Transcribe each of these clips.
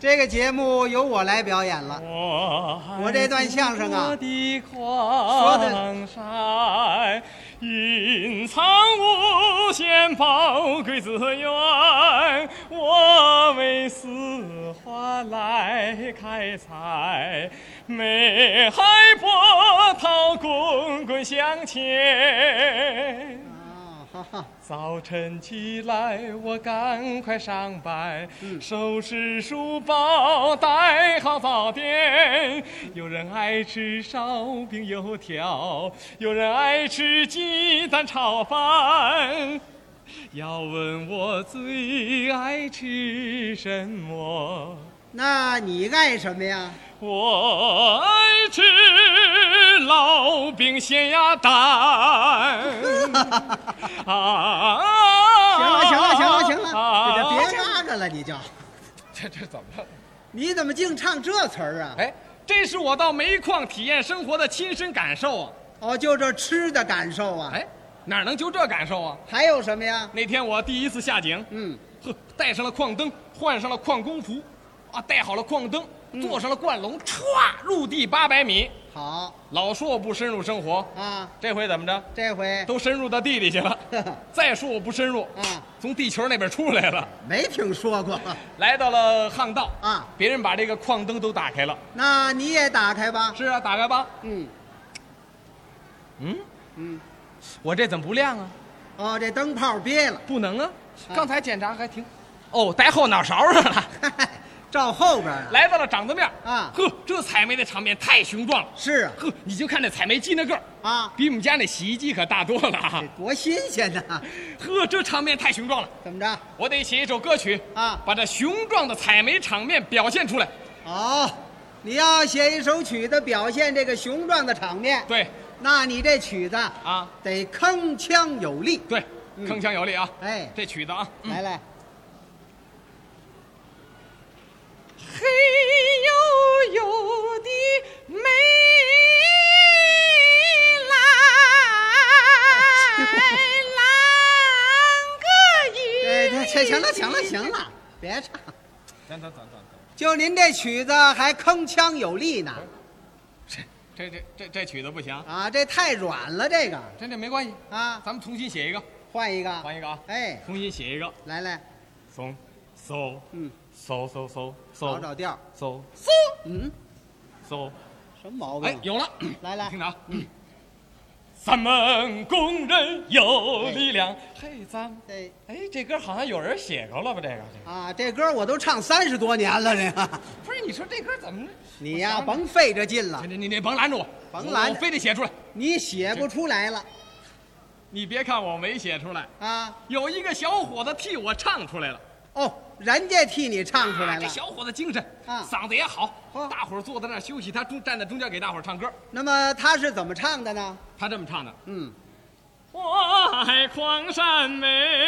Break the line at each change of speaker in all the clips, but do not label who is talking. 这个节目由我来表演了。
我
我这段相声啊
我的狂山隐藏无限宝贵资源，我为四花来开采，美海波涛滚滚向前。
啊，哈哈，
早晨起来，我赶快上班，收拾书包，带好早点。有人爱吃烧饼油条，有人爱吃鸡蛋炒饭。要问我最爱吃什么？
那你爱什么 呀？
我爱吃烙饼咸鸭蛋。啊！
行了，行了，行了，行了，
啊
你这别嘎嘎了，你就，
这这怎么了？
你怎么净唱这词儿啊？
哎，这是我到煤矿体验生活的亲身感受啊！
哦，就这吃的感受啊。
哎，哪能就这感受啊？
还有什么呀？
那天我第一次下井，
嗯，
呵，带上了矿灯，换上了矿工服，啊，带好了矿灯，坐上了灌笼，歘，入地八百米。
好
老说我不深入生活，
啊，
这回怎么着？
这回
都深入到地里去了。再说我不深入，
啊
从地球那边出来了，
没听说 过。
来到了巷道
啊，
别人把这个矿灯都打开了。
那你也打开吧。
是啊，打开吧。
嗯
嗯，
嗯，
我这怎么不亮啊？
哦，这灯泡憋了，
不能啊，
啊
刚才检查还挺，哦，带后脑勺上了。
照后边啊。
来到了掌子面
啊
呵，这采煤的场面太雄壮了。
是啊
呵，你就看这采煤机那个儿，
啊，
比我们家那洗衣机可大多了啊
这。多新鲜呐！
呵，这场面太雄壮了，
怎么着？
我得写一首歌曲
啊
把这雄壮的采煤场面表现出来。
哦，你要写一首曲子表现这个雄壮的场面，
对，
那你这曲子
啊，
得铿锵有力。
对，
嗯
铿锵有力啊。
哎，
这曲子啊，
来来，
黑黝黝的煤来啷个一
哎，这这行了，行了，行了，别唱，
等等等等等，
就您这曲子还铿锵有力呢
这这这这曲子不行，
啊！这太软了，这个
真这没关系，
啊，
咱们重新写一个，
换一个，
换一个啊，
哎，
重新写一个，
来来，
松嗖
嗯，
嗖嗖嗖
找
嗖
找调儿，
嗖
嗯，
嗖，
什么毛
哎
病，？
有了，
来来
听着啊。咱们工人有力量，嘿，咱们
这
哎，这歌好像有人写着了吧？这个，这个
啊，这歌我都唱三十多年了，这 个
不是你说这歌怎么着？
你呀，
我想
甭费这劲了
想，你你你甭拦着我，
甭
我
拦
我非得写出来。
你写不出来了
你别看我没写出来，
啊。
有一个小伙子替我唱出来了，
哦，人家替你唱出来
啊这
了。
小伙子精神，
啊
嗓子也好
哦，
大伙儿坐在那儿休息，他中站在中间给大伙儿唱歌。
那么他是怎么唱的呢？
他这么唱的：
嗯，
我爱狂山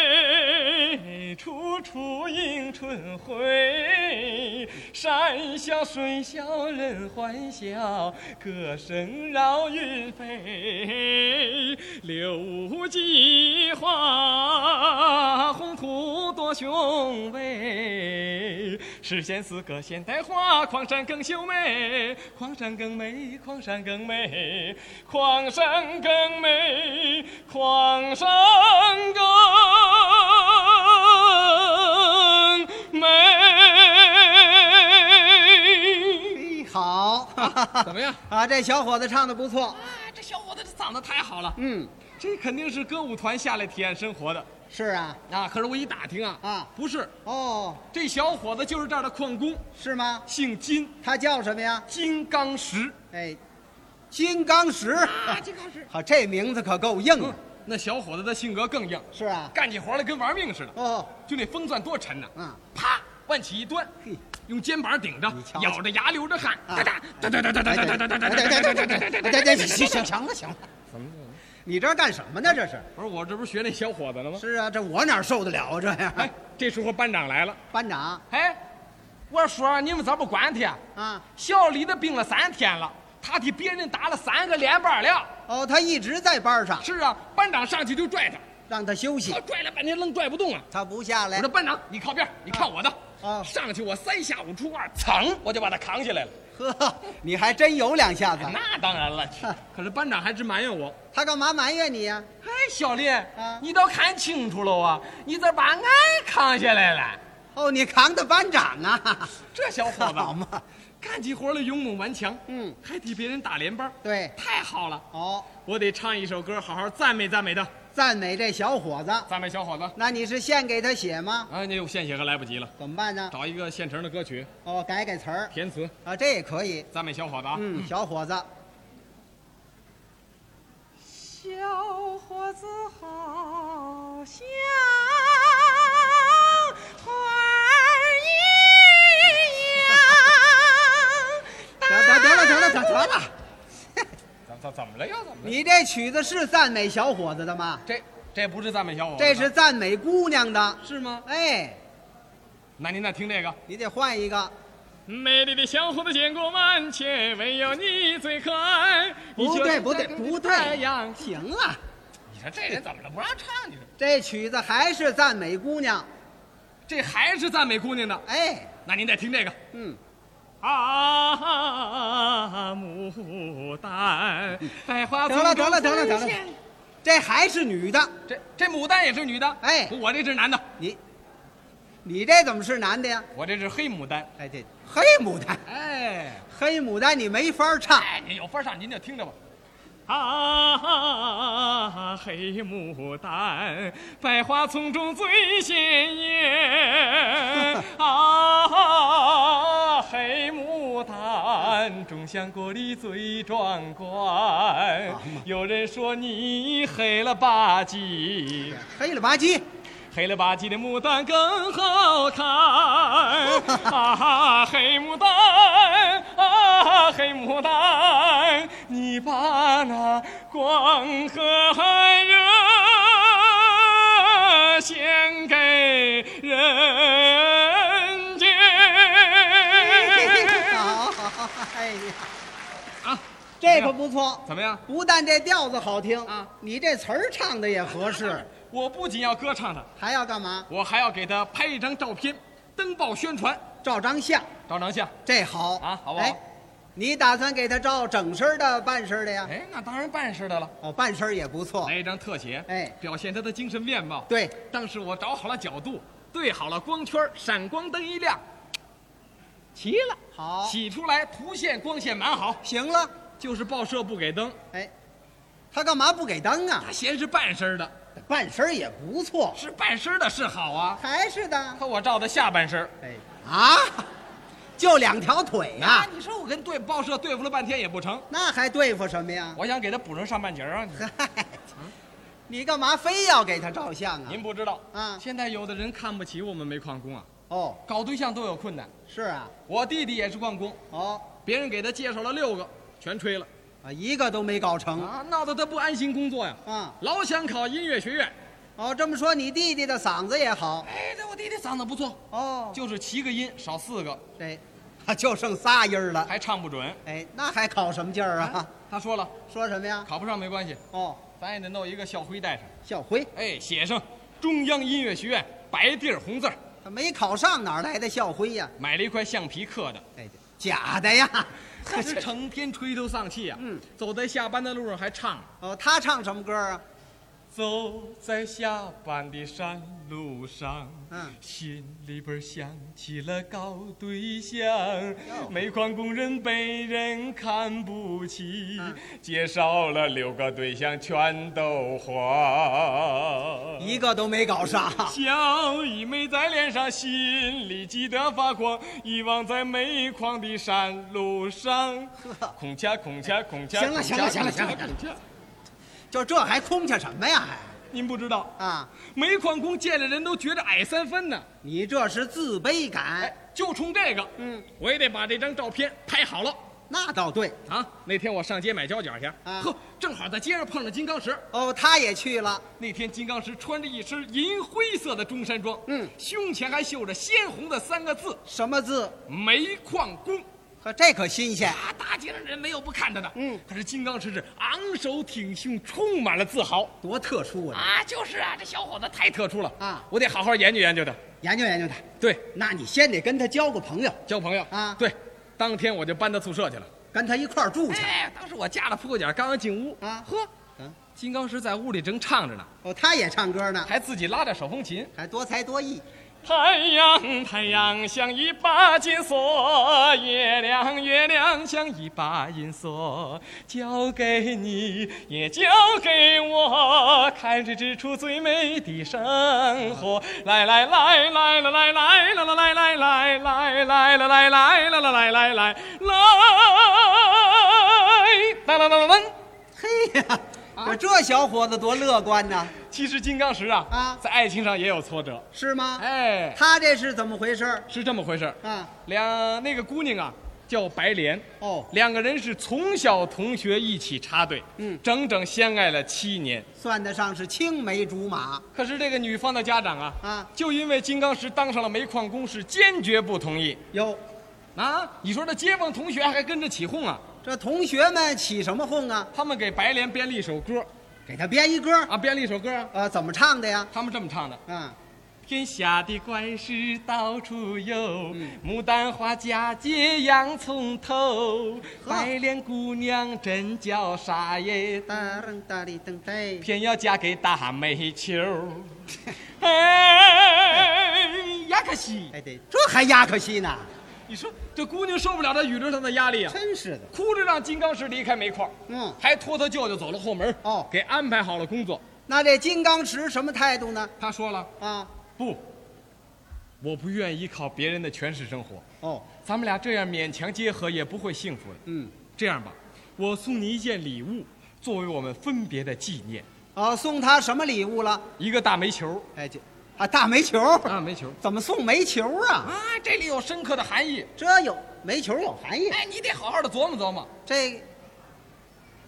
美，处处迎春晖。山笑水笑人欢笑，歌声绕云飞。柳无计划，宏图多雄伟。实现四个现代化，矿山更秀美，矿山更美，矿山更美，矿山更美，矿山更美。
好，
怎么样？
啊，这小伙子唱的不错。
啊，这小伙子这嗓子太好了，
嗯，
这肯定是歌舞团下来体验生活的
是啊。
啊。可是我一打听啊，
啊
不是，
哦，
这小伙子就是这儿的矿工，
是吗？
姓金，
他叫什么呀？
金刚石。
哎，金刚石。
啊，金刚石。
好，这名字可够硬
嗯
的。，
那小伙子的性格更硬，
是啊。
干起活来跟玩命似的。
哦，
就那风钻多沉呐、
啊，
啪，往起一端，
嘿，
用肩膀顶着
你，瞧瞧
咬着牙流着汗，
啊
哒哒哒哒哒哒哒
哎
哒
对
哒
对
哒
对
哒
对对对对对对对，行行行了行了。你这干什么呢？这是？
不是我这不是学那小伙子了吗？
是啊，这我哪受得了啊？这样
哎，，这时候班长来了，
班长
哎，我说你们怎么管他？
啊，
小李子病了三天了，他替别人打了三个连班了。
哦，他一直在班上，
是啊，班长上去就拽他，
让他休息
我，拽了半天愣拽不动啊。
他不下
我
来
说。班长，你靠边，你看我的。
啊
上去我三下五除二，噌我就把他扛起来了。 哎
呵，你还真有两下子。
那当然了，
啊
可是班长还直埋怨我。
他干嘛埋怨你呀、
哎，小丽，
啊
你倒看清楚了啊！你咋把俺扛下来了？
哦，你扛的班长 啊，
这小伙
好
子
嘛？
干起活来勇猛顽强，
嗯，
还替别人打连班，
对，
太好了！
哦，
我得唱一首歌，好好赞美赞美他，
赞美这小伙子。
赞美小伙子。
那你是献给他写吗？
啊，你有献血可来不及了，
怎么办呢？
找一个现成的歌曲
哦，改改词儿
填词，
啊，这也可以。
赞美小伙子啊。
嗯，小伙子，
小伙子好像花儿一
得得
样。
得了得了得得了，
怎怎怎么了又怎么了？
你这曲子是赞美小伙子的吗？
这这不是赞美小伙子，
这是赞美姑娘的。
是吗？
哎，
那您再听这个。
你得换一个。
美丽的小伙子见过万千，唯有你最可爱。你
不
就
对
像
不对
个
不
太
对
阳，
行了，
你说这人怎么了？不让唱，你说
这曲子还是赞美姑娘。
这还是赞美姑娘的。
哎，
那您再听这个
嗯，
啊，牡丹，百花
得啊了得了得了得了，这还是女的。
这这牡丹也是女的，
哎
我这是男的，
你，你这怎么是男的呀？
我这是黑牡丹。
哎，这黑牡丹，
哎，
黑牡丹你没法唱。
哎，您有法上您就听着吧。啊，黑牡丹，百花丛中最鲜艳。啊，黑牡丹，种香国里最壮观。有人说你黑了吧唧。
黑了吧唧，
黑了吧唧的牡丹更好看，啊，黑牡丹，啊，黑牡丹，你把那光和热献给人间。哎
好，好好哎呀，
啊，
这可不错，
怎么样？
不但这调子好听
啊，
你这词儿唱的也合 适，
我不仅要歌唱它，
还要干嘛？
我还要给他拍一张照片，登报宣传，
照张相，
照张相。
这好
啊好不好
哎，你打算给他照整身儿的、半身儿的呀？
哎，那当然办事的了。
哦，半身儿也不错
来。一张特写，
哎
表现他的精神面貌。
对，
当时我找好了角度，对好了光圈，闪光灯一亮，齐了，
好，
洗出来，图线光线蛮好，
行了。
就是报社不给灯，
哎，他干嘛不给灯啊
他？嫌是半身的，
半身儿也不错，
是半身的是好啊，
还是的。
可我照的下半身。
哎，啊，就两条腿呀、
啊你说我跟对报社对付了半天也不成，
那还对付什么呀？
我想给他补上上半截儿啊。你
嗨，你干嘛非要给他照相啊？
您不知道
啊
现在有的人看不起我们煤矿工啊，
哦，
搞对象都有困难。
是啊，
我弟弟也是矿工，
哦
别人给他介绍了六个，全吹了
啊，一个都没搞成
啊，闹得他不安心工作呀。
啊。
老想考音乐学院。
哦，这么说你弟弟的嗓子也好
哎，这我弟弟嗓子不错，
哦，
就是七个音少四个，
这啊 就剩仨音儿了。
还唱不准。
哎，那还考什么劲儿啊？
他说了，
说什么呀？
考不上没关系，
哦，
咱也得弄一个校徽带上。
校徽，
哎，写上中央音乐学院白地儿红字儿，
他没考上哪儿来的校徽呀？
买了一块橡皮刻的。
哎，假的 呀！
可是成天垂头丧气呀、
嗯，
走在下班的路上还唱。
哦，他唱什么歌啊？
走在下班的山路上，
嗯
心里边想起了搞对象，煤矿工人被人看不起，
嗯
介绍了六个对象全都黄。
一个都没搞上。
笑意没在脸上，心里急得发慌，遗忘在煤矿的山路上，孔雀孔雀孔雀。
行了行了行了
孔雀
行了
孔雀
就这还空下什么呀？还
您不知道。
啊，
煤矿工见了人都觉着矮三分呢。
你这是自卑
哎
感。，
就冲这个，
嗯，
我也得把这张照片拍好了
那倒对。
啊。那天我上街买胶卷去，
啊
呵，正好在街上碰上金刚石。
哦，他也去了。
那天金刚石穿着一身银灰色的中山装，
嗯
胸前还绣着鲜红的三个字
什么字？
“煤矿工”。
呵，这可新鲜。
啊，大街上人没有不看他的。
嗯，
可是金刚石是昂首挺胸，充满了自豪
多特殊啊！
啊！就是啊，这小伙子太特殊了
啊
我得好好研究研究他。
研究研究他。
对，
那你先得跟他交个朋友，
交朋友
啊
对，当天我就搬到宿舍去了。
跟他一块儿住去。
哎，当时我架了铺盖杆，刚刚进屋
啊
呵，
嗯
金刚石在屋里正唱着呢，
哦，他也唱歌呢，
还自己拉着手风琴。
还多才多艺。
太阳，太阳像一把金锁，月亮，月亮像一把银锁，交给你，也交给我，看谁织出最美的生活。来来来来来来来来来来来来来来来来来来来来来来来来来！
嘿
啊
呀，这小伙子多乐观呐，
其实金刚石啊，
啊
在爱情上也有挫折，
是吗？
哎，
他这是怎么回事儿
是这么回事儿。
啊？
两那个姑娘啊，叫白莲，
哦，
两个人是从小同学一起插队，
嗯
整整相爱了七年。
算得上是青梅竹马
可是这个女方的家长啊，
啊。
就因为金刚石当上了煤矿工，是坚决不同意
哟，
啊！你说这街坊同学还跟着起哄啊？
这同学们起什么哄啊？
他们给白莲编了一首歌
给他编一歌，
啊，编了一首歌啊，
呃，怎么唱的呀？
他们这么唱的：
啊，
天下的怪事到处有，牡丹花嫁接洋葱头，白莲姑娘真叫啥耶？
哒楞哒哩噔呆，
偏要嫁给大煤 球儿。哎，呀可惜！
哎对，这还压可惜呢，
你说这姑娘受不了这舆论上的压力啊，
真是的。
哭着让金刚石离开煤矿，
嗯，
还拖他舅舅走了后门。
哦
给安排好了工作。
那这金刚石什么态度呢？
他说了
啊，
不，我不愿意靠别人的权势生活，
哦，
咱们俩这样勉强结合也不会幸福的。
嗯，
这样吧，我送你一件礼物，作为我们分别的纪念，
啊，送他什么礼物了？
一个大煤球
哎，这啊大煤球，
儿啊，煤球儿
怎么送煤球啊？
啊，这里有深刻的含义。
这有煤球有含义，
哎，你得好好的琢磨琢磨，
这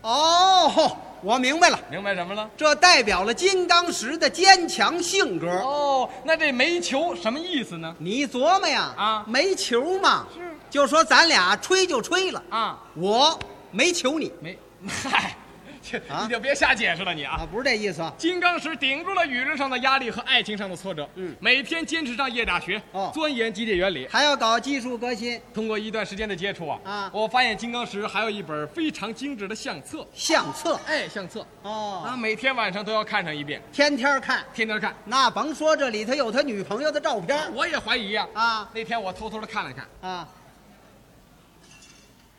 哦，我明白了，
明白什么了？
这代表了金刚石的坚强性格。
哦，那这煤球什么意思呢？
你琢磨呀，
啊
煤球嘛，就说咱俩吹就吹了，
啊，
我没求你
煤， 嗨，这
啊
你就别瞎解释了，你啊。
啊，不是这意思啊。
金刚石顶住了舆论上的压力和爱情上的挫折，
嗯
每天坚持上夜大学，
哦
钻研机械原理。
还要搞技术革新，
通过一段时间的接触啊，
啊
我发现金刚石还有一本非常精致的相册，
相册
哎，相册啊，
哦，
每天晚上都要看上一遍，
天天看。
天天看。
那甭说这里头有他女朋友的照片
我也怀疑呀、啊，
啊
那天我偷偷的看了看，
啊，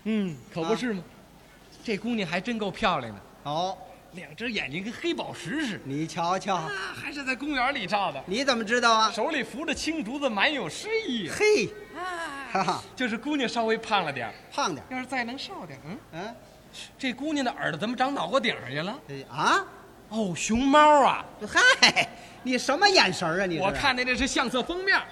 嗯，可
不
不
是
是吗？这姑娘还真够漂亮的。
哦，
两只眼睛跟黑宝石似的。
你瞧瞧，
啊，还是在公园里照的，
你怎么知道啊？
手里扶着青竹子，蛮有诗意啊。
嘿，哈哈，
就是姑娘稍微胖了点儿，
胖点儿，
要是再能瘦点儿，嗯，
嗯，
这姑娘的耳朵怎么长脑瓜顶上去了？
哎啊，
哦，熊猫啊！
嗨，你什么眼神儿啊？你是
我看的这是相册封面，
啊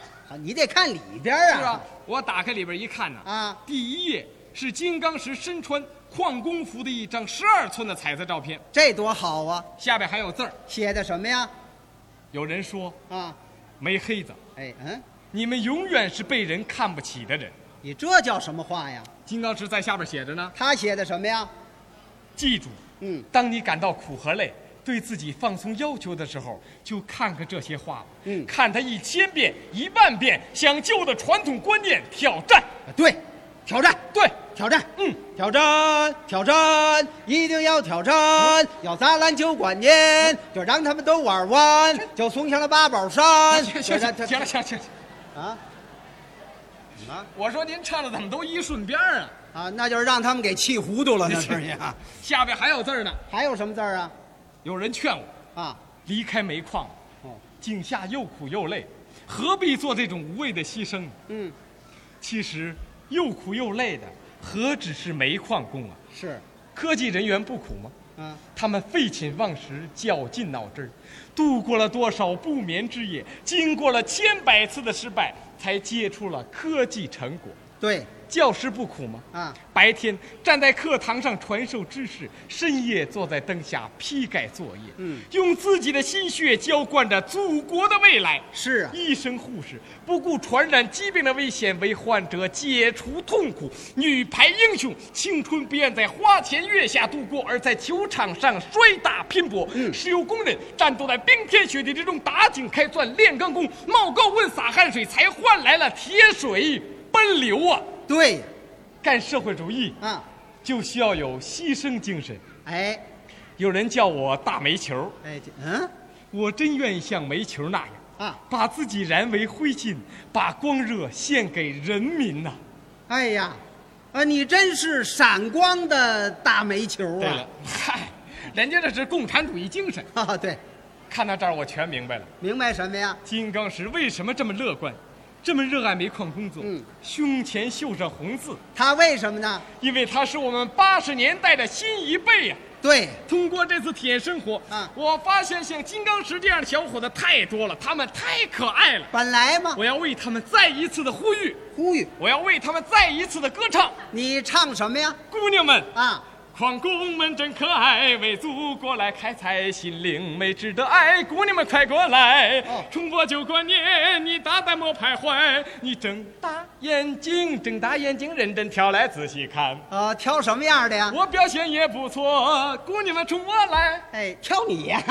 你得看里边儿啊。
是吧？我打开里边一看呢，
啊，
第一页是金刚石身穿矿工服的一张十二寸的彩色照片，
这多好啊！
下边还有字儿。
写的什么呀？
有人说，
啊，
没黑子，
哎嗯，
你们永远是被人看不起的人。
你这叫什么话呀？
金刚石在下边写着呢，
他写的什么呀？
记住，
嗯，
当你感到苦和累，对自己放松要求的时候，就看看这些话吧。
嗯
看它一千遍、一万遍，向旧的传统观念挑战。
啊对，挑战，
对，
挑战，
嗯，
挑战，挑战，一定要挑
嗯
战！要砸篮球观念，就让他们都玩完，就送上了八宝山。
行
就
行
让
行
啊他
行了行了行了，
啊，怎么了
我说您唱的怎么都一顺边儿啊？
啊？那就是让他们给气糊涂了，那是
行
呀。
下边还有字儿呢。
还有什么字儿啊？
有人劝我
啊，
离开煤矿，
哦，
井下又苦又累，何必做这种无谓的牺牲？
嗯，
其实，又苦又累的何止是煤矿工啊？
是，
科技人员不苦吗？
啊，
他们废寝忘食，绞尽脑汁儿，度过了多少不眠之夜，经过了千百次的失败，才接触了科技成果。
对
教师不苦吗？
啊，
白天站在课堂上传授知识，深夜坐在灯下批改作业，
嗯
用自己的心血浇灌着祖国的未来。
是啊，
医生、护士不顾传染疾病的危险，为患者解除痛苦。女排英雄，青春不愿在花前月下度过，而在球场上摔打拼搏。石油工人战斗在冰天雪地之中，打井开钻、炼钢工，冒高温洒汗水，才换来了铁水奔流啊！
对
干社会主义
啊，
就需要有牺牲精神。
哎
有人叫我大煤球，
哎，这嗯
我真愿意像煤球那样，
啊，
把自己燃为灰烬，把光热献给人民呐、
哎呀，啊，你真是闪光的大煤球
对了
啊！，
哎嗨，人家这是共产主义精神。
啊，对，
看到这儿，我全明白了，
明白什么呀？
金刚石为什么这么乐观，这么热爱煤矿工作，
嗯
胸前绣上红字，
他为什么呢？
因为它是我们八十年代的新一辈呀、
对，
通过这次体验生活，
啊
我发现像金刚石这样的小伙子太多了，他们太可爱了。
本来嘛，
我要为他们再一次的呼吁，
呼吁
我要为他们再一次的歌唱。
你唱什么呀？
姑娘们，
啊，
矿工们真可爱，为祖国来开采心灵美，值得爱。姑娘们快过来，
哦
冲破旧观念，你大胆莫徘徊，你睁大眼睛，睁大眼睛，认真挑来仔细看。
呃，挑什么样的呀？
我表现也不错，姑娘们冲我来。
哎，挑你呀、